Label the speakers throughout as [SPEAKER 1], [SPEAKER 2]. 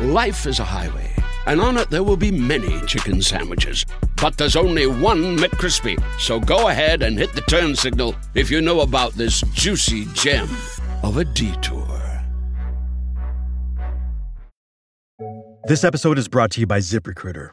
[SPEAKER 1] Life is a highway, and on it there will be many chicken sandwiches. But there's only one McCrispy. So go ahead and hit the turn signal if you know about this juicy gem of a detour.
[SPEAKER 2] This episode is brought to you by ZipRecruiter.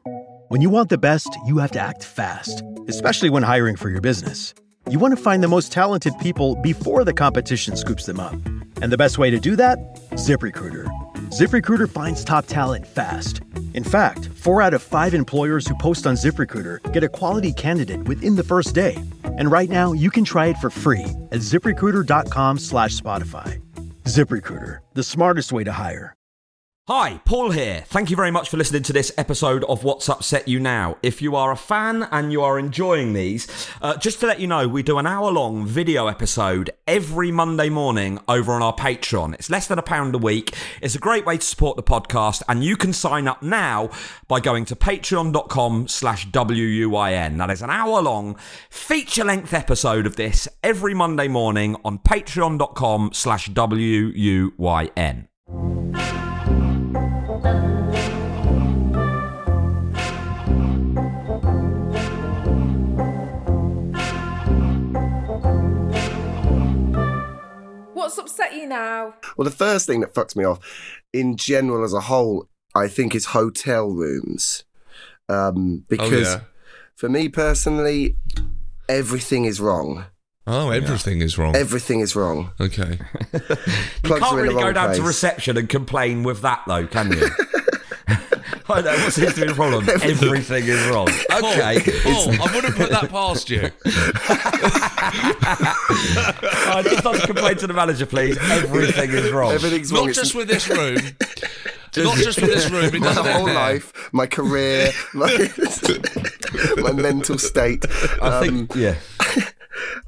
[SPEAKER 2] When you want the best, you have to act fast, especially when hiring for your business. You want to find the most talented people before the competition scoops them up. And the best way to do that? ZipRecruiter. ZipRecruiter finds top talent fast. In fact, four out of five employers who post on ZipRecruiter get a quality candidate within the first day. And right now, you can try it for free at ziprecruiter.com slash Spotify. ZipRecruiter, the smartest way to hire.
[SPEAKER 3] Hi, Paul here. Thank you very much for listening to this episode of What's Upset You Now. If you are a fan and you are enjoying these, uh, just to let you know, we do an hour long video episode every Monday morning over on our Patreon. It's less than a pound a week. It's a great way to support the podcast, and you can sign up now by going to patreon.com slash WUIN. That is an hour long feature length episode of this every Monday morning on patreon.com slash WUIN.
[SPEAKER 4] What's upset you now?
[SPEAKER 5] Well, the first thing that fucks me off, in general as a whole, I think is hotel rooms, um, because
[SPEAKER 6] yeah.
[SPEAKER 5] for me personally, everything is wrong.
[SPEAKER 6] Oh, everything is wrong.
[SPEAKER 5] Everything is wrong.
[SPEAKER 6] okay.
[SPEAKER 3] You
[SPEAKER 5] Plugs
[SPEAKER 3] can't
[SPEAKER 5] are in the
[SPEAKER 3] really go
[SPEAKER 5] wrong
[SPEAKER 3] down to
[SPEAKER 5] place.
[SPEAKER 3] reception and complain with that, though, can you? I know what seems to be the problem. Everything is wrong. Okay,
[SPEAKER 6] Paul, I wouldn't put that past you.
[SPEAKER 3] I just like to complain to the manager, please. Everything is wrong.
[SPEAKER 5] Everything's wrong.
[SPEAKER 6] Not
[SPEAKER 5] It's
[SPEAKER 6] just with this room. Not just with this room. It
[SPEAKER 5] my
[SPEAKER 6] doesn't
[SPEAKER 5] whole
[SPEAKER 6] end there.
[SPEAKER 5] life, my career, my, my mental state.
[SPEAKER 3] I
[SPEAKER 5] Um,
[SPEAKER 3] think, yeah.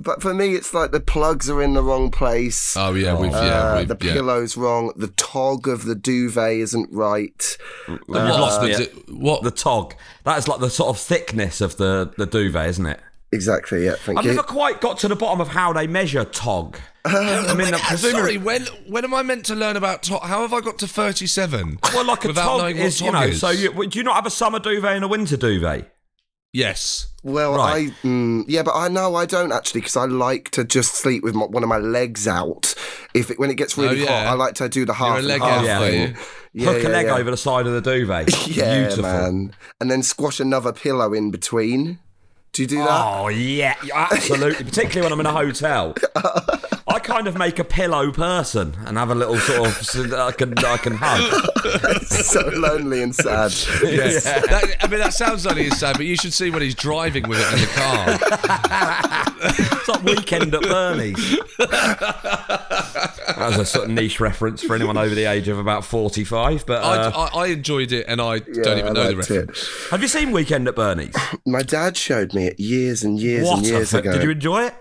[SPEAKER 5] but for me, it's like the plugs are in the wrong place.
[SPEAKER 6] Oh yeah, we've yeah,
[SPEAKER 5] Uh,
[SPEAKER 6] we've,
[SPEAKER 5] the
[SPEAKER 6] yeah.
[SPEAKER 5] pillow's wrong. The tog of the duvet isn't right.
[SPEAKER 6] We've lost the
[SPEAKER 3] yeah.
[SPEAKER 6] d- what?
[SPEAKER 3] The tog. That is like the sort of thickness of the, the duvet, isn't it?
[SPEAKER 5] Exactly. Yeah. Thank
[SPEAKER 3] I've
[SPEAKER 5] you.
[SPEAKER 3] never quite got to the bottom of how they measure tog.
[SPEAKER 5] Oh
[SPEAKER 3] I mean,
[SPEAKER 6] Sorry, when when am I meant to learn about top? How have I got to thirty-seven?
[SPEAKER 3] Well, like a
[SPEAKER 6] without
[SPEAKER 3] tog
[SPEAKER 6] knowing what
[SPEAKER 3] is, you
[SPEAKER 6] tog
[SPEAKER 3] know,
[SPEAKER 6] is?
[SPEAKER 3] so you, do you not have a summer duvet and a winter duvet?
[SPEAKER 6] yes,
[SPEAKER 5] Well,
[SPEAKER 3] Right.
[SPEAKER 5] I mm, yeah, but I no, I don't actually because I like to just sleep with my, one of my legs out. If it, when it gets really
[SPEAKER 6] Oh, yeah.
[SPEAKER 5] hot, I like to do the half
[SPEAKER 6] you're a
[SPEAKER 5] and
[SPEAKER 6] leg
[SPEAKER 5] half
[SPEAKER 6] out
[SPEAKER 3] yeah.
[SPEAKER 6] for
[SPEAKER 5] thing.
[SPEAKER 6] you.
[SPEAKER 5] Yeah,
[SPEAKER 3] Hook a
[SPEAKER 5] yeah,
[SPEAKER 3] leg
[SPEAKER 5] yeah.
[SPEAKER 3] over the side of the duvet.
[SPEAKER 5] Yeah,
[SPEAKER 3] Beautiful.
[SPEAKER 5] man, and then squash another pillow in between. Do you do that?
[SPEAKER 3] Oh yeah, absolutely. Particularly when I'm in a hotel, I kind of make a pillow person and have a little sort of so that I can I can hug.
[SPEAKER 5] so lonely and sad.
[SPEAKER 6] Yes. That, I mean, that sounds only sad, but you should see when he's driving with it in the car.
[SPEAKER 3] It's like weekend at Bernie's. That was a sort of niche reference for anyone over the age of about forty-five. But
[SPEAKER 6] I,
[SPEAKER 3] uh,
[SPEAKER 6] I, I enjoyed it, and I
[SPEAKER 5] Yeah,
[SPEAKER 6] don't even
[SPEAKER 5] I
[SPEAKER 6] know the
[SPEAKER 5] liked
[SPEAKER 6] reference.
[SPEAKER 5] it.
[SPEAKER 3] have you seen Weekend at Bernie's?
[SPEAKER 5] My dad showed me it years and years
[SPEAKER 3] What
[SPEAKER 5] and
[SPEAKER 3] a
[SPEAKER 5] years
[SPEAKER 3] fi-
[SPEAKER 5] ago.
[SPEAKER 3] did you enjoy it?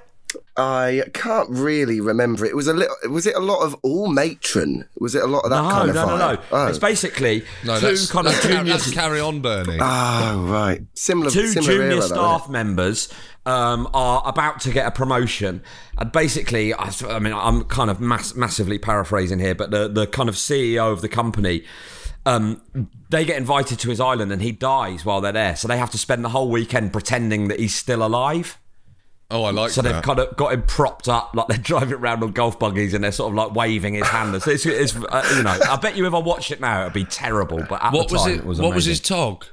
[SPEAKER 5] I can't really remember. It was a little. Was it a lot of all matron? Was it a lot of that
[SPEAKER 3] no,
[SPEAKER 5] kind of
[SPEAKER 3] no, no,
[SPEAKER 5] vibe?
[SPEAKER 3] no,
[SPEAKER 5] Oh.
[SPEAKER 3] It's basically
[SPEAKER 6] No,
[SPEAKER 3] two
[SPEAKER 6] that's,
[SPEAKER 3] kind of Ah.
[SPEAKER 6] that's,
[SPEAKER 3] junior
[SPEAKER 6] that's carry on, Bernie.
[SPEAKER 5] Oh right, similar.
[SPEAKER 3] two
[SPEAKER 5] similar
[SPEAKER 3] junior
[SPEAKER 5] era, though, innit?
[SPEAKER 3] staff members um, are about to get a promotion, and basically, I, s- I mean, I'm kind of mass- massively paraphrasing here, but the the kind of CEO of the company. Um, they get invited to his island and he dies while they're there, so they have to spend the whole weekend pretending that he's still alive.
[SPEAKER 6] Oh, I like
[SPEAKER 3] So they've
[SPEAKER 6] that.
[SPEAKER 3] kind of got him propped up, like they're driving around on golf buggies and they're sort of like waving his hand. So it's, it's uh, you know, I bet you if I watched it now, it'd be terrible. But at
[SPEAKER 6] what
[SPEAKER 3] the
[SPEAKER 6] was
[SPEAKER 3] time,
[SPEAKER 6] it?
[SPEAKER 3] it was
[SPEAKER 6] what was
[SPEAKER 3] amazing.
[SPEAKER 6] his tog?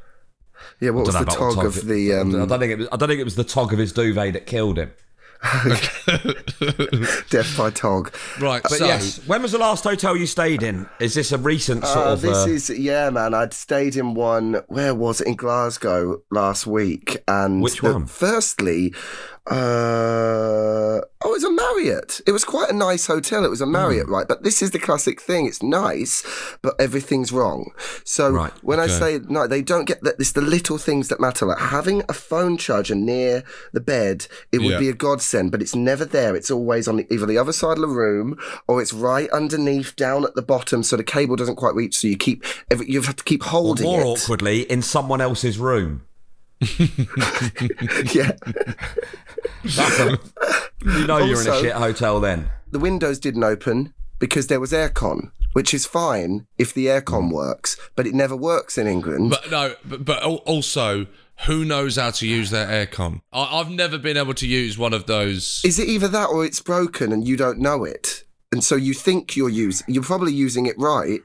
[SPEAKER 5] Yeah, what was
[SPEAKER 3] Dunno
[SPEAKER 5] the
[SPEAKER 3] about
[SPEAKER 5] tog of the?
[SPEAKER 3] I
[SPEAKER 5] Um,
[SPEAKER 3] don't think it was, I don't think it was the tog of his duvet that killed him.
[SPEAKER 5] Death by Tog.
[SPEAKER 6] Right,
[SPEAKER 3] But
[SPEAKER 6] so
[SPEAKER 3] yes, when was the last hotel you stayed in? Is this a recent sort
[SPEAKER 5] Uh,
[SPEAKER 3] of?
[SPEAKER 5] this
[SPEAKER 3] uh,
[SPEAKER 5] is yeah, man. I'd stayed in one. Where was it? In Glasgow last week, and
[SPEAKER 3] Which
[SPEAKER 5] the-
[SPEAKER 3] one?
[SPEAKER 5] Firstly, Uh, oh, it was a Marriott. It was quite a nice hotel. It was a
[SPEAKER 3] Mm.
[SPEAKER 5] Marriott, right? But this is the classic thing. It's nice, but everything's wrong. So
[SPEAKER 3] Right,
[SPEAKER 5] when I
[SPEAKER 6] okay.
[SPEAKER 5] say no, they don't get that. It's the little things that matter. Like having a phone charger near the bed, it would
[SPEAKER 6] Yeah.
[SPEAKER 5] be a godsend, but it's never there. It's always on the, either the other side of the room or it's right underneath, down at the bottom, so the cable doesn't quite reach. So you keep, every, you have to keep
[SPEAKER 3] Or
[SPEAKER 5] holding
[SPEAKER 3] more
[SPEAKER 5] it.
[SPEAKER 3] awkwardly, in someone else's room.
[SPEAKER 5] yeah.
[SPEAKER 3] That's a, you know you're in a
[SPEAKER 5] Also-
[SPEAKER 3] shit hotel then.
[SPEAKER 5] the windows didn't open because there was aircon, which is fine if the aircon works, but it never works in England.
[SPEAKER 6] Hmm. But no, but, but al- also, who knows how to use their aircon? I, I've never been able to use one of those.
[SPEAKER 5] is it either that or it's broken and you don't know it? And so you think you're using, you're probably using it right,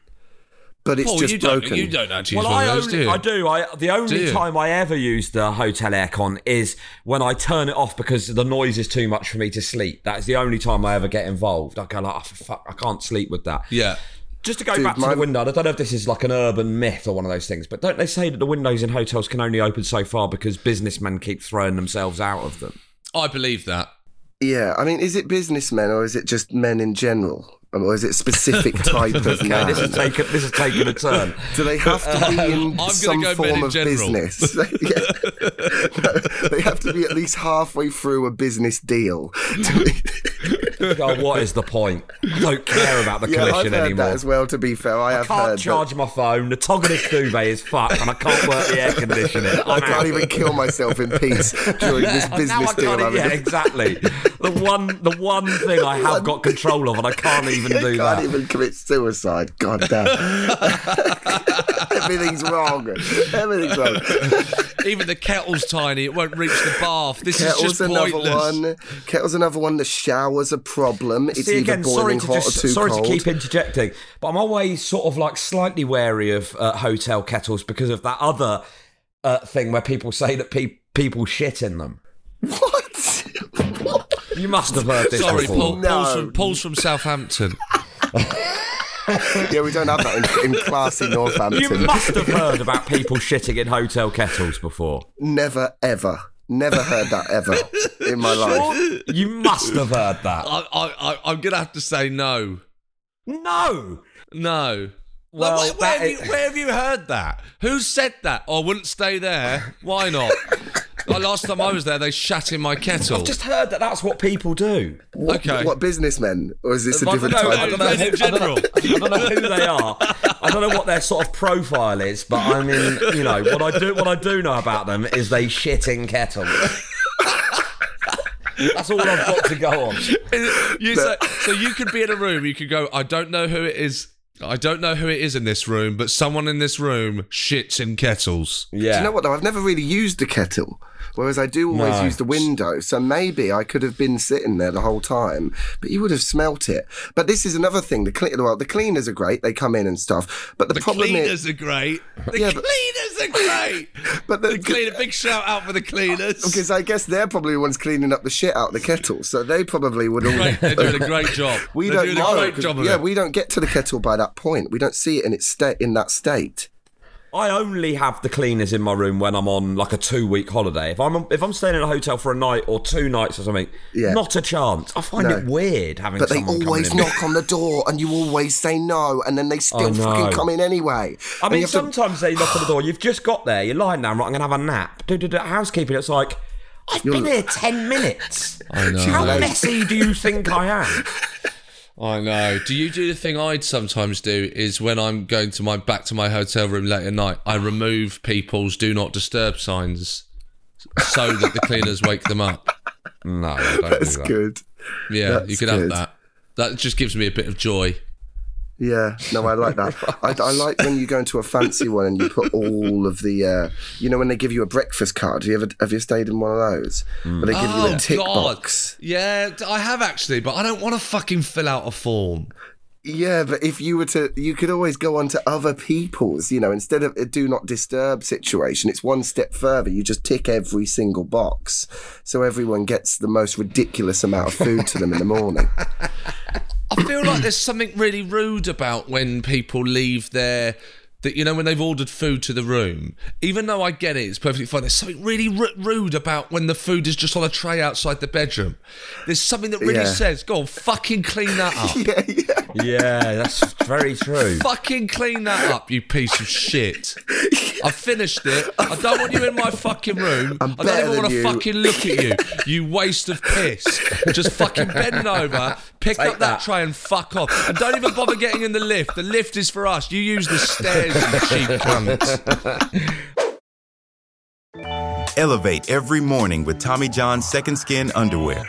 [SPEAKER 5] but it's
[SPEAKER 6] Paul,
[SPEAKER 5] just
[SPEAKER 6] you
[SPEAKER 5] broken.
[SPEAKER 6] don't, you don't know how to use
[SPEAKER 3] Well,
[SPEAKER 6] one
[SPEAKER 3] I
[SPEAKER 6] of those,
[SPEAKER 3] only,
[SPEAKER 6] do you?
[SPEAKER 3] I do. I the only
[SPEAKER 6] you?
[SPEAKER 3] time I ever use the hotel aircon is when I turn it off because the noise is too much for me to sleep. That's the only time I ever get involved. I go like, oh, for fuck, I can't sleep with that.
[SPEAKER 6] Yeah.
[SPEAKER 3] Just to go
[SPEAKER 5] Dude,
[SPEAKER 3] back to
[SPEAKER 5] my-
[SPEAKER 3] the window, and I don't know if this is like an urban myth or one of those things, but don't they say that the windows in hotels can only open so far because businessmen keep throwing themselves out of them?
[SPEAKER 6] I believe that.
[SPEAKER 5] Yeah, I mean, is it businessmen or is it just men in general? Um, Or is it a specific type of man?
[SPEAKER 3] This is taking this is taking a turn.
[SPEAKER 5] Do they have to be in
[SPEAKER 6] gonna
[SPEAKER 5] some
[SPEAKER 6] go men
[SPEAKER 5] form
[SPEAKER 6] in
[SPEAKER 5] of
[SPEAKER 6] general.
[SPEAKER 5] business? Yeah. No, they have to be at least halfway through a business deal. To be-
[SPEAKER 3] God, what is the point? I don't care about the
[SPEAKER 5] yeah, I've
[SPEAKER 3] commission
[SPEAKER 5] heard
[SPEAKER 3] anymore.
[SPEAKER 5] that as well. To be fair, I
[SPEAKER 3] I
[SPEAKER 5] have
[SPEAKER 3] can't
[SPEAKER 5] heard.
[SPEAKER 3] charge my phone. The toggle of this duvet is fucked, and I can't work the air conditioning.
[SPEAKER 5] that. I
[SPEAKER 3] I'm out.
[SPEAKER 5] can't even kill myself in peace during this
[SPEAKER 3] And now
[SPEAKER 5] business
[SPEAKER 3] I can't
[SPEAKER 5] deal. I'm
[SPEAKER 3] yeah,
[SPEAKER 5] in.
[SPEAKER 3] exactly. The one, the one thing I have got control of, and I can't even
[SPEAKER 5] I
[SPEAKER 3] do
[SPEAKER 5] can't
[SPEAKER 3] that.
[SPEAKER 5] even commit suicide. God damn. Everything's wrong. Everything's wrong.
[SPEAKER 6] Even the kettle's tiny; it won't reach the bath. This is
[SPEAKER 5] Kettle's
[SPEAKER 6] just
[SPEAKER 5] another
[SPEAKER 6] pointless.
[SPEAKER 5] one. Kettle's another one. The shower's a problem. It's
[SPEAKER 3] See
[SPEAKER 5] either
[SPEAKER 3] again, sorry
[SPEAKER 5] boiling
[SPEAKER 3] to
[SPEAKER 5] hot
[SPEAKER 3] just,
[SPEAKER 5] or too
[SPEAKER 3] sorry
[SPEAKER 5] cold.
[SPEAKER 3] to keep interjecting, but I'm always sort of like slightly wary of uh, hotel kettles because of that other uh, thing where people say that pe- people shit in them.
[SPEAKER 5] What?
[SPEAKER 3] You must have heard this
[SPEAKER 6] Sorry,
[SPEAKER 3] before.
[SPEAKER 6] Paul,
[SPEAKER 5] No.
[SPEAKER 6] Paul's, from, Paul's from Southampton.
[SPEAKER 5] yeah, we don't have that in, in classy
[SPEAKER 3] You
[SPEAKER 5] Northampton.
[SPEAKER 3] must have heard about people shitting in hotel kettles before.
[SPEAKER 5] Never, ever, never heard that ever in my life.
[SPEAKER 3] You must have heard that.
[SPEAKER 6] I, I, I, I'm gonna have to say no,
[SPEAKER 3] No.
[SPEAKER 6] no.
[SPEAKER 3] Well,
[SPEAKER 6] Like, where, where
[SPEAKER 3] that
[SPEAKER 6] have
[SPEAKER 3] is-
[SPEAKER 6] you, where have you heard that? Who said that? I wouldn't stay there. Why not? like last time I was there, they shat in my kettle.
[SPEAKER 3] I've just heard that that's what people do.
[SPEAKER 6] okay. Uh,
[SPEAKER 5] What businessmen, or is this a
[SPEAKER 3] I
[SPEAKER 5] different
[SPEAKER 3] don't know-
[SPEAKER 5] type?
[SPEAKER 3] I
[SPEAKER 5] of
[SPEAKER 3] don't know
[SPEAKER 6] Men in
[SPEAKER 3] who- I don't know- I don't know who they are. I don't know what their sort of profile is, but I mean, you know, what I do what I do know about them is they shit in kettles. That's all I've got to go on.
[SPEAKER 6] You say, so you could be in a room. You could go. I don't know who it is. I don't know who it is in this room, but someone in this room shits in kettles.
[SPEAKER 3] Yeah.
[SPEAKER 5] Do you know what though? I've never really used a kettle, whereas I do always
[SPEAKER 3] No.
[SPEAKER 5] use the window. So maybe I could have been sitting there the whole time, but you would have smelt it. But this is another thing. The cle- well, the cleaners are great. They come in and stuff. But the,
[SPEAKER 6] The
[SPEAKER 5] problem
[SPEAKER 6] cleaners
[SPEAKER 5] is,
[SPEAKER 6] are great. The
[SPEAKER 5] Yeah, but-
[SPEAKER 6] cleaners are great.
[SPEAKER 5] but the,
[SPEAKER 6] The cleaner, big shout out for the cleaners.
[SPEAKER 5] because I guess they're probably the ones cleaning up the shit out of the kettle, so they probably would all.
[SPEAKER 6] Great, they're doing a great job.
[SPEAKER 5] We
[SPEAKER 6] they're
[SPEAKER 5] don't
[SPEAKER 6] doing
[SPEAKER 5] know.
[SPEAKER 6] a great
[SPEAKER 5] 'cause-
[SPEAKER 6] job of
[SPEAKER 5] yeah,
[SPEAKER 6] it.
[SPEAKER 5] we don't get to the kettle by that point. We don't see it in its state in that state.
[SPEAKER 3] I only have the cleaners in my room when I'm on like a two week holiday. If I'm if I'm staying in a hotel for a night or two nights or something,
[SPEAKER 5] Yeah.
[SPEAKER 3] not a chance. I find
[SPEAKER 5] No.
[SPEAKER 3] it weird having
[SPEAKER 5] But they
[SPEAKER 3] someone coming
[SPEAKER 5] always
[SPEAKER 3] in.
[SPEAKER 5] knock on the door, and you always say no, and then they still
[SPEAKER 3] no.
[SPEAKER 5] fucking come in anyway.
[SPEAKER 3] I
[SPEAKER 5] And you
[SPEAKER 3] mean,
[SPEAKER 5] have to-
[SPEAKER 3] sometimes they knock on the door. You've just got there. You're lying down. Right, I'm gonna have a nap. Do do do. Housekeeping. It's like I've been here ten minutes. I know. How
[SPEAKER 5] She's late.
[SPEAKER 3] messy do you think I am?
[SPEAKER 6] I know. Do you do the thing I'd sometimes do is when I'm going to my back to my hotel room late at night, I remove people's do not disturb signs so that the cleaners wake them up.
[SPEAKER 3] No, I don't
[SPEAKER 5] That's
[SPEAKER 3] do that.
[SPEAKER 5] good.
[SPEAKER 6] Yeah, you
[SPEAKER 5] That's
[SPEAKER 6] could have
[SPEAKER 5] good.
[SPEAKER 6] that. That just gives me a bit of joy.
[SPEAKER 5] Yeah, no, I like that. I, I like when you go into a fancy one and you put all of the, uh, you know, when they give you a breakfast card. Have you ever have you stayed in one of those? But they give
[SPEAKER 3] Oh,
[SPEAKER 5] you a tick box.
[SPEAKER 6] Oh, Yeah, I have actually, but I don't want to fucking fill out a form.
[SPEAKER 5] Yeah, but if you were to, you could always go on to other people's. You know, instead of a do not disturb situation, it's one step further. You just tick every single box, so everyone gets the most ridiculous amount of food to them in the morning.
[SPEAKER 6] I feel like there's something really rude about when people leave their that you know when they've ordered food to the room, even though I get it, it's perfectly fine. There's something really r- rude about when the food is just on a tray outside the bedroom. There's something that really
[SPEAKER 5] Yeah.
[SPEAKER 6] says, "Go on, fucking clean that up."
[SPEAKER 5] Yeah, yeah.
[SPEAKER 3] Yeah, that's very true.
[SPEAKER 6] Fucking clean that up, you piece of shit. I finished it. I don't want you in my fucking room.
[SPEAKER 5] I'm
[SPEAKER 6] I don't
[SPEAKER 5] better
[SPEAKER 6] even
[SPEAKER 5] than
[SPEAKER 6] want to
[SPEAKER 5] you.
[SPEAKER 6] fucking look at you. You waste of piss. Just fucking bend over, pick
[SPEAKER 3] Take
[SPEAKER 6] up
[SPEAKER 3] that.
[SPEAKER 6] that, tray and fuck off. And don't even bother getting in the lift. The lift is for us. You use the stairs, you cheap cunt.
[SPEAKER 7] Elevate every morning with Tommy John's Second Skin Underwear.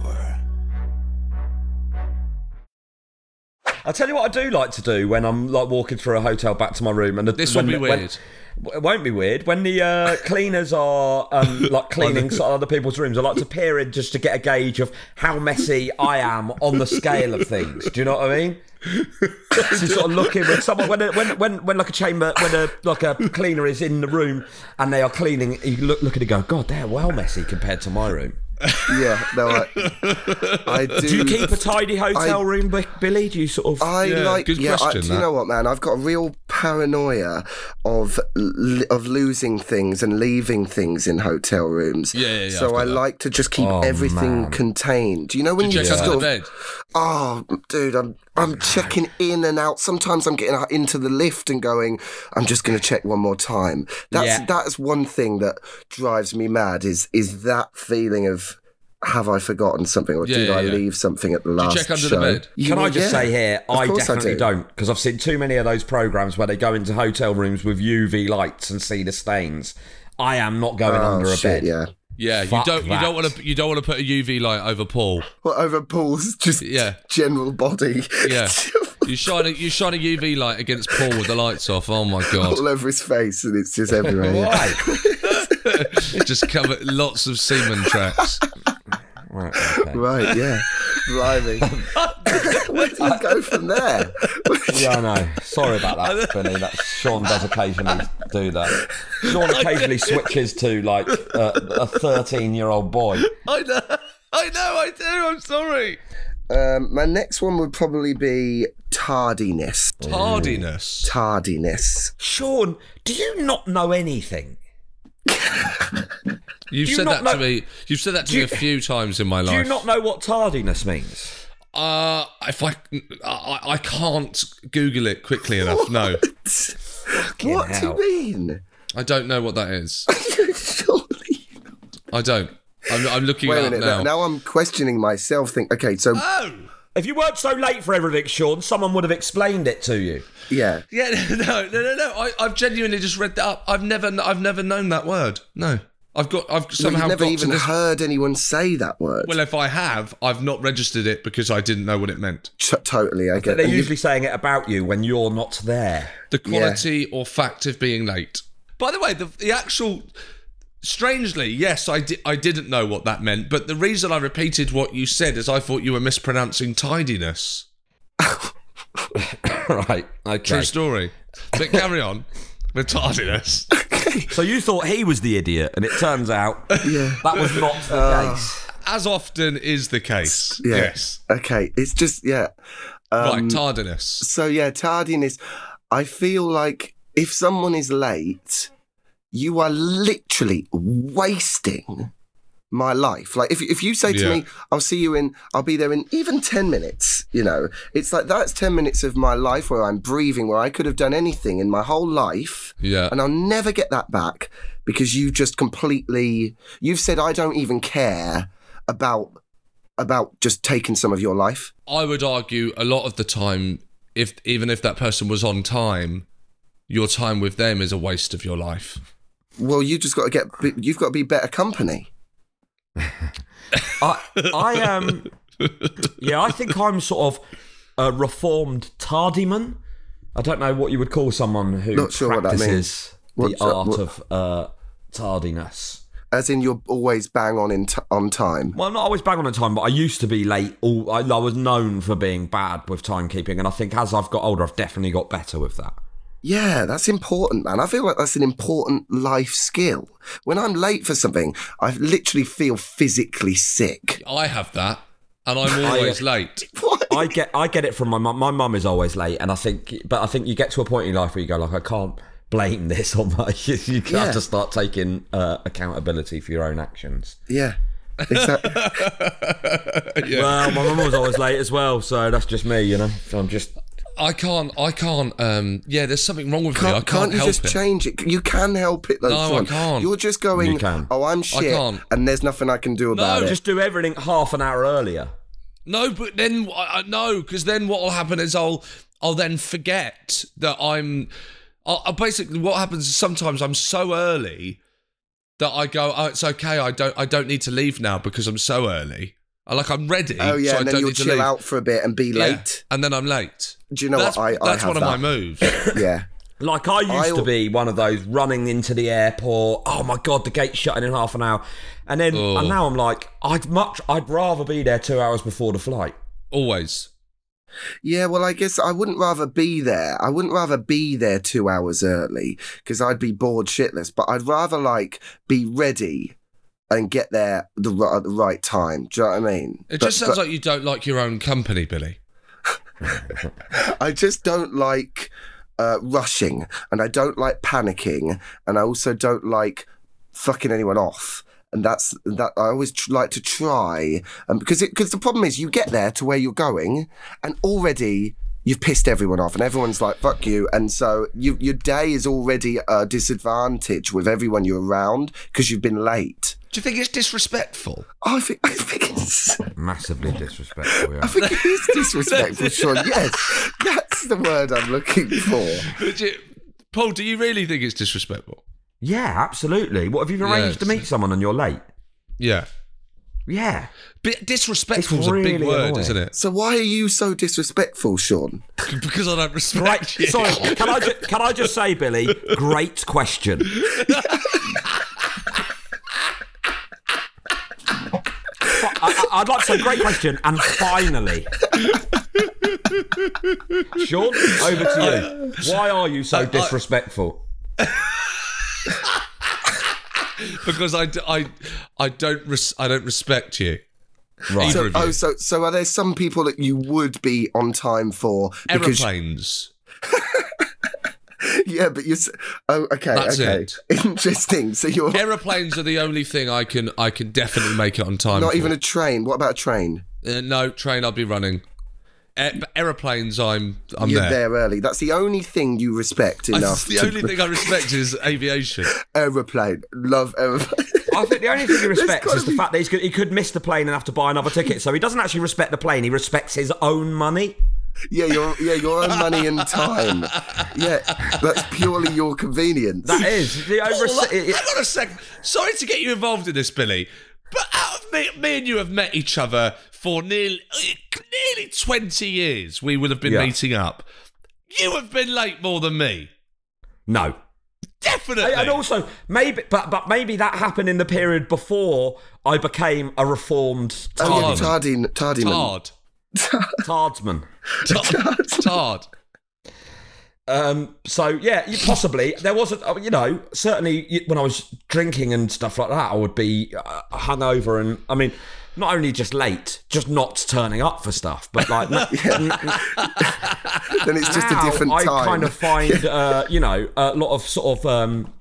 [SPEAKER 3] I'll tell you what I do like to do when I'm like walking through a hotel back to my room, and the,
[SPEAKER 6] This
[SPEAKER 3] when-
[SPEAKER 6] will be
[SPEAKER 3] when-
[SPEAKER 6] weird.
[SPEAKER 3] it won't be weird when the uh, cleaners are um, like cleaning sort of other people's rooms. I like to peer in just to get a gauge of how messy I am on the scale of things. Do you know what I mean? So sort of looking when someone when a, when when when like a chamber when a like a cleaner is in the room and they are cleaning, you look look at it and go, God, they're well messy compared to my room.
[SPEAKER 5] yeah. No, I, I do.
[SPEAKER 3] Do you keep a tidy hotel
[SPEAKER 5] I-
[SPEAKER 3] room, Bi- Billy? Do you sort of?
[SPEAKER 5] I
[SPEAKER 6] Yeah,
[SPEAKER 5] like.
[SPEAKER 6] good
[SPEAKER 5] yeah, I-
[SPEAKER 6] question,
[SPEAKER 5] do
[SPEAKER 6] that.
[SPEAKER 5] you know what, man? I've got a real paranoia of l- of losing things and leaving things in hotel rooms.
[SPEAKER 6] Yeah, yeah, yeah, I've
[SPEAKER 5] so
[SPEAKER 6] got
[SPEAKER 5] I
[SPEAKER 6] that.
[SPEAKER 5] like to just keep
[SPEAKER 3] Oh,
[SPEAKER 5] everything
[SPEAKER 3] man.
[SPEAKER 5] contained. You know when
[SPEAKER 6] You check
[SPEAKER 5] just
[SPEAKER 6] under the
[SPEAKER 5] sort of-
[SPEAKER 6] bed.
[SPEAKER 5] Oh, dude, I'm I'm checking in and out. Sometimes I'm getting out into the lift and going. I'm just going to check one more time. That's
[SPEAKER 3] Yeah.
[SPEAKER 5] that's one thing that drives me mad. Is is that feeling of have I forgotten something or
[SPEAKER 6] Yeah,
[SPEAKER 5] did
[SPEAKER 6] yeah,
[SPEAKER 5] I
[SPEAKER 6] yeah.
[SPEAKER 5] leave something at the last
[SPEAKER 6] check under the
[SPEAKER 5] show?
[SPEAKER 6] bed?
[SPEAKER 5] You-
[SPEAKER 3] Can I just
[SPEAKER 5] yeah.
[SPEAKER 3] say here,
[SPEAKER 5] Of
[SPEAKER 3] I
[SPEAKER 5] course
[SPEAKER 3] definitely
[SPEAKER 5] do.
[SPEAKER 3] don't because I've seen too many of those programs where they go into hotel rooms with UV lights and see the stains. I am not going
[SPEAKER 5] Oh,
[SPEAKER 3] under a
[SPEAKER 5] shit,
[SPEAKER 3] bed.
[SPEAKER 5] yeah.
[SPEAKER 6] Yeah, you
[SPEAKER 3] Fuck
[SPEAKER 6] don't you
[SPEAKER 3] that.
[SPEAKER 6] don't want to you don't want to put a UV light over Paul.
[SPEAKER 5] Well, over Paul's just
[SPEAKER 6] Yeah.
[SPEAKER 5] general body.
[SPEAKER 6] Yeah. You shine a, you shine a UV light against Paul with the lights off. Oh my god.
[SPEAKER 5] All over his face and it's just everywhere. yeah.
[SPEAKER 3] Why?
[SPEAKER 6] Just cover lots of semen tracks.
[SPEAKER 3] right, okay.
[SPEAKER 5] Right, yeah. Blimey. Where do you go from there?
[SPEAKER 3] Yeah, I know. Sorry about that, Billy. That Sean does occasionally do that. Sean occasionally switches to like uh, a thirteen-year-old boy.
[SPEAKER 6] I know. I know, I do. I'm sorry.
[SPEAKER 5] Um, my next one would probably be tardiness.
[SPEAKER 6] Oh. Tardiness.
[SPEAKER 5] Tardiness.
[SPEAKER 3] Sean, do you not know anything?
[SPEAKER 6] You've
[SPEAKER 3] Do you
[SPEAKER 6] said
[SPEAKER 3] not
[SPEAKER 6] that to
[SPEAKER 3] know-
[SPEAKER 6] me. You've said that to
[SPEAKER 3] Do
[SPEAKER 6] me
[SPEAKER 3] you-
[SPEAKER 6] a few times in my
[SPEAKER 3] Do you
[SPEAKER 6] life.
[SPEAKER 3] not know what tardiness means?
[SPEAKER 6] Uh, if I, I, I can't Google it quickly enough. No,
[SPEAKER 5] what
[SPEAKER 3] hell.
[SPEAKER 5] do you mean?
[SPEAKER 6] I don't know what that is.
[SPEAKER 5] Surely.
[SPEAKER 6] I don't. I'm, I'm looking
[SPEAKER 5] Wait
[SPEAKER 6] it
[SPEAKER 5] a
[SPEAKER 6] up
[SPEAKER 5] minute.
[SPEAKER 6] now.
[SPEAKER 5] Now.
[SPEAKER 6] Uh,
[SPEAKER 5] now I'm questioning myself. Think. Okay, so
[SPEAKER 6] Oh!
[SPEAKER 3] If you weren't so late for everything, Sean, someone would have explained it to you.
[SPEAKER 5] yeah.
[SPEAKER 6] Yeah, no, no, no, no. I, I've genuinely just read that up. I've never, I've never known that word. No, I've got, I've
[SPEAKER 5] But
[SPEAKER 6] somehow
[SPEAKER 5] you've never
[SPEAKER 6] got
[SPEAKER 5] even
[SPEAKER 6] to this.
[SPEAKER 5] heard anyone say that word.
[SPEAKER 6] Well, if I have, I've not registered it because I didn't know what it meant.
[SPEAKER 5] T- totally, I get
[SPEAKER 3] They're
[SPEAKER 5] that. You've-
[SPEAKER 3] usually saying it about you when you're not there.
[SPEAKER 6] The quality or fact of being late. By the way, the, the actual. Strangely, yes, I, di- I didn't know what that meant, but the reason I repeated what you said is I thought you were mispronouncing tidiness.
[SPEAKER 3] right.
[SPEAKER 6] True
[SPEAKER 3] Okay.
[SPEAKER 6] story. But carry on with tardiness.
[SPEAKER 3] So you thought he was the idiot, and it turns out that was not the
[SPEAKER 5] Oh.
[SPEAKER 3] case.
[SPEAKER 6] As often is the case.
[SPEAKER 5] Yeah.
[SPEAKER 6] Yes.
[SPEAKER 5] Okay, it's just yeah. Um,
[SPEAKER 6] right, tardiness.
[SPEAKER 5] So yeah, tardiness. I feel like if someone is late, you are literally wasting my life. Like if if you say to
[SPEAKER 6] Yeah.
[SPEAKER 5] me, I'll see you in I'll be there in even 10 minutes, you know. It's like that's 10 minutes of my life where I'm breathing, where I could have done anything in my whole life.
[SPEAKER 6] Yeah.
[SPEAKER 5] And I'll never get that back because you just completely you've said I don't even care about about just taking some of your life.
[SPEAKER 6] I would argue a lot of the time, if even if that person was on time, your time with them is a waste of your life.
[SPEAKER 5] Well, you just got to get you've got to be better company.
[SPEAKER 3] I, I um, yeah, I think I'm sort of a reformed tardyman. I don't know what you would call someone who
[SPEAKER 5] Not sure what that
[SPEAKER 3] practices
[SPEAKER 5] What's
[SPEAKER 3] the
[SPEAKER 5] that-
[SPEAKER 3] art
[SPEAKER 5] what-
[SPEAKER 3] of uh, tardiness.
[SPEAKER 5] As in you're always bang on in t- on time.
[SPEAKER 3] Well, I'm not always bang on the time, but I used to be late. All I, I was known for being bad with timekeeping, and I think as I've got older, I've definitely got better with that.
[SPEAKER 5] Yeah, that's important, man. I feel like that's an important life skill. When I'm late for something, I literally feel physically sick.
[SPEAKER 6] I have that, and I'm always late.
[SPEAKER 5] What?
[SPEAKER 3] I get I get it from my mum. My mum is always late, and I think, but I think you get to a point in your life where you go like, I can't blame this on my. You have
[SPEAKER 5] Yeah.
[SPEAKER 3] to start taking uh, accountability for your own actions.
[SPEAKER 5] Yeah. Exactly.
[SPEAKER 3] Well, my mum was always late as well, so that's just me, you know. So I'm just.
[SPEAKER 6] I can't. I can't. Um. Yeah. There's something wrong with me. I
[SPEAKER 5] Can't,
[SPEAKER 6] can't,
[SPEAKER 5] can't you
[SPEAKER 6] help
[SPEAKER 5] just
[SPEAKER 6] it.
[SPEAKER 5] change it? You can help it, though.
[SPEAKER 6] No, I
[SPEAKER 5] John.
[SPEAKER 6] can't.
[SPEAKER 5] You're just going,
[SPEAKER 3] You can.
[SPEAKER 5] oh, I'm shit,
[SPEAKER 6] can't.
[SPEAKER 5] and there's nothing I can do about it.
[SPEAKER 3] Oh, Just do everything half an hour earlier.
[SPEAKER 6] No, but then I, I, no, because then what will happen is I'll I'll then forget that I'm. I'll, I'll basically, what happens is sometimes I'm so early that I go, oh, it's okay. I don't I don't need to leave now because I'm so early. I, like I'm ready.
[SPEAKER 5] oh, yeah,
[SPEAKER 6] so I
[SPEAKER 5] and
[SPEAKER 6] don't
[SPEAKER 5] then you'll
[SPEAKER 6] need to
[SPEAKER 5] chill
[SPEAKER 6] leave.
[SPEAKER 5] out for a bit and be
[SPEAKER 6] Yeah,
[SPEAKER 5] late.
[SPEAKER 6] and then I'm late.
[SPEAKER 5] Do you know
[SPEAKER 6] that's,
[SPEAKER 5] what? I, I
[SPEAKER 6] that's
[SPEAKER 5] have
[SPEAKER 6] one of my
[SPEAKER 5] that.
[SPEAKER 6] moves.
[SPEAKER 5] Yeah.
[SPEAKER 3] Like I used
[SPEAKER 5] I'll-
[SPEAKER 3] to be one of those running into the airport. Oh my god, the gate's shutting in half an hour, and then and now I'm like, I'd much, I'd rather be there two hours before the flight.
[SPEAKER 6] Always.
[SPEAKER 5] Yeah, well, I guess I wouldn't rather be there. I wouldn't rather be there two hours early because I'd be bored shitless. But I'd rather like be ready and get there the ri- at the right time. Do you know what I mean?
[SPEAKER 6] It
[SPEAKER 5] But-
[SPEAKER 6] just sounds like you don't like your own company, Billy.
[SPEAKER 5] but I just don't like uh, rushing, and I don't like panicking, and I also don't like fucking anyone off. And that's that. I always tr- like to try, and because it because the problem is you get there to where you're going, and already you've pissed everyone off, and everyone's like "fuck you," and so you, your day is already a disadvantage with everyone you're around because you've been late. Oh,
[SPEAKER 6] Do you think it's disrespectful?
[SPEAKER 5] I think I think it's
[SPEAKER 3] Massively disrespectful. Yeah.
[SPEAKER 5] I think it is disrespectful, Sean. Yes, that's the word I'm looking for.
[SPEAKER 6] But do you- Paul, do you really think it's disrespectful?
[SPEAKER 3] Yeah, absolutely. What have you arranged to
[SPEAKER 6] Yes.
[SPEAKER 3] meet someone and you're late?
[SPEAKER 6] Yeah.
[SPEAKER 3] Yeah.
[SPEAKER 6] Bit disrespectful is a big
[SPEAKER 3] really
[SPEAKER 6] word,
[SPEAKER 3] annoying.
[SPEAKER 6] isn't it?
[SPEAKER 5] So why are you so disrespectful, Sean?
[SPEAKER 6] Because I don't respect
[SPEAKER 3] Right.
[SPEAKER 6] you.
[SPEAKER 3] Sorry. Can I ju- can I just say, Billy? Great question. Fi- I, I- I'd like to say great question, and finally, Sean, over to you. Why are you so disrespectful?
[SPEAKER 6] Because I, d- I, I don't res- I don't respect you.
[SPEAKER 3] Right.
[SPEAKER 6] Either
[SPEAKER 5] So,
[SPEAKER 6] of you.
[SPEAKER 5] oh, so so are there some people that you would be on time for?
[SPEAKER 6] Aeroplanes.
[SPEAKER 5] yeah, but you. Oh, okay,
[SPEAKER 6] That's
[SPEAKER 5] okay.
[SPEAKER 6] it.
[SPEAKER 5] Interesting. So you're
[SPEAKER 6] Aeroplanes are the only thing I can I can definitely make it on time.
[SPEAKER 5] not
[SPEAKER 6] for.
[SPEAKER 5] even a train. What about a train?
[SPEAKER 6] uh, no train. I'll be running. Air- but aeroplanes. I'm I'm
[SPEAKER 5] You're
[SPEAKER 6] there.
[SPEAKER 5] there. early. That's the only thing you respect
[SPEAKER 6] That's
[SPEAKER 5] enough.
[SPEAKER 6] the
[SPEAKER 5] to-
[SPEAKER 6] only thing I respect is aviation.
[SPEAKER 5] Aeroplane. Love aeroplane.
[SPEAKER 3] I think the only thing he respects
[SPEAKER 5] gotta
[SPEAKER 3] is the
[SPEAKER 5] be-
[SPEAKER 3] fact that he's good, he could miss the plane and have to buy another ticket. So he doesn't actually respect the plane. He respects his own money.
[SPEAKER 5] yeah, your yeah your own money and time. Yeah, that's purely your convenience.
[SPEAKER 3] That is. The
[SPEAKER 6] Paul,
[SPEAKER 3] over-
[SPEAKER 6] Oh, like- hang on a sec. Sorry to get you involved in this, Billy, but out of me, me and you have met each other for nearly nearly twenty years. We would have been
[SPEAKER 3] Yeah.
[SPEAKER 6] meeting up. You have been late more than me.
[SPEAKER 3] no.
[SPEAKER 6] Definitely.
[SPEAKER 3] And also, maybe, but but maybe that happened in the period before I became a reformed
[SPEAKER 5] oh, yeah,
[SPEAKER 3] tard,
[SPEAKER 5] tardy, tardyman.
[SPEAKER 6] Tard.
[SPEAKER 3] tardsman.
[SPEAKER 6] Tard. Tard.
[SPEAKER 3] Um, so yeah, you- possibly there was a uh, you know certainly you- when I was drinking and stuff like that, I would be uh, hungover and I mean. Not only just late, just not turning up for stuff, but like n- n-
[SPEAKER 5] Then it's just a
[SPEAKER 3] now
[SPEAKER 5] different
[SPEAKER 3] I
[SPEAKER 5] time.
[SPEAKER 3] kind of find, uh, you know, a lot of sort of um,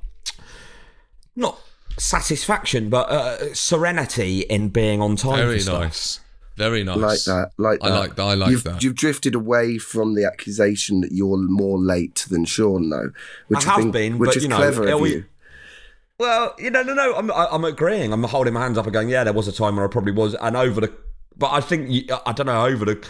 [SPEAKER 3] not satisfaction, but uh, serenity in being on time.
[SPEAKER 6] Very
[SPEAKER 3] for stuff.
[SPEAKER 6] nice. Very nice.
[SPEAKER 5] Like that. Like
[SPEAKER 6] I
[SPEAKER 5] that.
[SPEAKER 6] like that. I like
[SPEAKER 5] you've,
[SPEAKER 6] that.
[SPEAKER 5] You've drifted away from the accusation that you're more late than Sean, though. Which
[SPEAKER 3] I have
[SPEAKER 5] think-
[SPEAKER 3] been,
[SPEAKER 5] which
[SPEAKER 3] but
[SPEAKER 5] is
[SPEAKER 3] you know,
[SPEAKER 5] clever
[SPEAKER 3] are
[SPEAKER 5] of
[SPEAKER 3] we-
[SPEAKER 5] you.
[SPEAKER 3] Well, you know, no, no, I'm, I- I'm agreeing. I'm holding my hands up and going, yeah, there was a time where I probably was, and over the, but I think you, I don't know over the.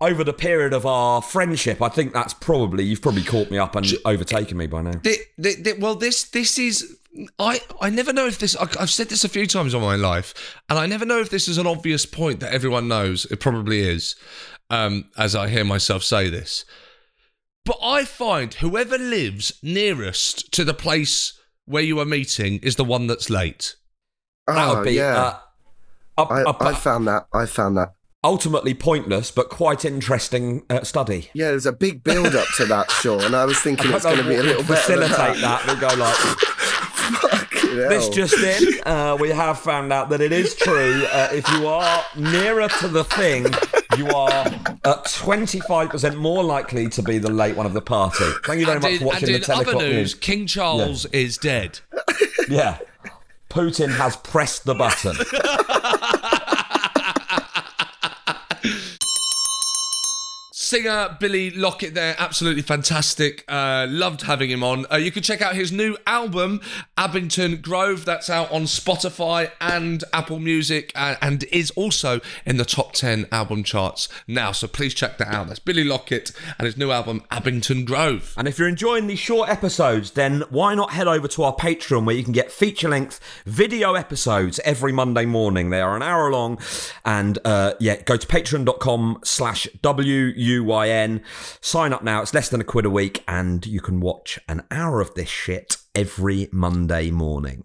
[SPEAKER 3] Over the period of our friendship, I think that's probably you've probably caught me up and overtaken me by now.
[SPEAKER 6] Th- th- th- well, this this is I I never know if this I, I've said this a few times on my life, and I never know if this is an obvious point that everyone knows. It probably is, um, as I hear myself say this. But I find whoever lives nearest to the place where you are meeting is the one that's late.
[SPEAKER 3] That
[SPEAKER 5] Oh,
[SPEAKER 3] would be
[SPEAKER 5] yeah.
[SPEAKER 3] uh, a- a-
[SPEAKER 5] I, I found that. I found that.
[SPEAKER 3] ultimately pointless but quite interesting uh, study.
[SPEAKER 5] Yeah, there's a big build up to that, Sean. I was thinking
[SPEAKER 3] I
[SPEAKER 5] it's
[SPEAKER 3] don't
[SPEAKER 5] going to
[SPEAKER 3] know
[SPEAKER 5] be a
[SPEAKER 3] what
[SPEAKER 5] little
[SPEAKER 3] would
[SPEAKER 5] better. than
[SPEAKER 3] facilitate that. We go like.
[SPEAKER 5] Fucking
[SPEAKER 3] This
[SPEAKER 5] hell.
[SPEAKER 3] just in, uh, we have found out that it is true. Uh, if you are nearer to the thing, you are uh, 25% more likely to be the late one of the party. Thank you very
[SPEAKER 6] and
[SPEAKER 3] much
[SPEAKER 6] in,
[SPEAKER 3] for watching the
[SPEAKER 6] and in
[SPEAKER 3] 10
[SPEAKER 6] other
[SPEAKER 3] o'clock
[SPEAKER 6] news,
[SPEAKER 3] news.
[SPEAKER 6] King Charles is dead.
[SPEAKER 3] Yeah. Putin has pressed the button.
[SPEAKER 6] Singer Billy Lockett there, absolutely fantastic. Uh, loved having him on. Uh, you can check out his new album, Abington Grove. That's out on Spotify and Apple Music uh, and is also in the top 10 album charts now. So please check that out. That's Billy Lockett and his new album, Abington Grove.
[SPEAKER 3] And if you're enjoying these short episodes, then why not head over to our Patreon where you can get feature length video episodes every Monday morning. They are an hour long. And uh, yeah, go to patreon.com slash WUYN. Sign up now. It's less than a quid a week. And you can watch an hour of this shit every Monday morning.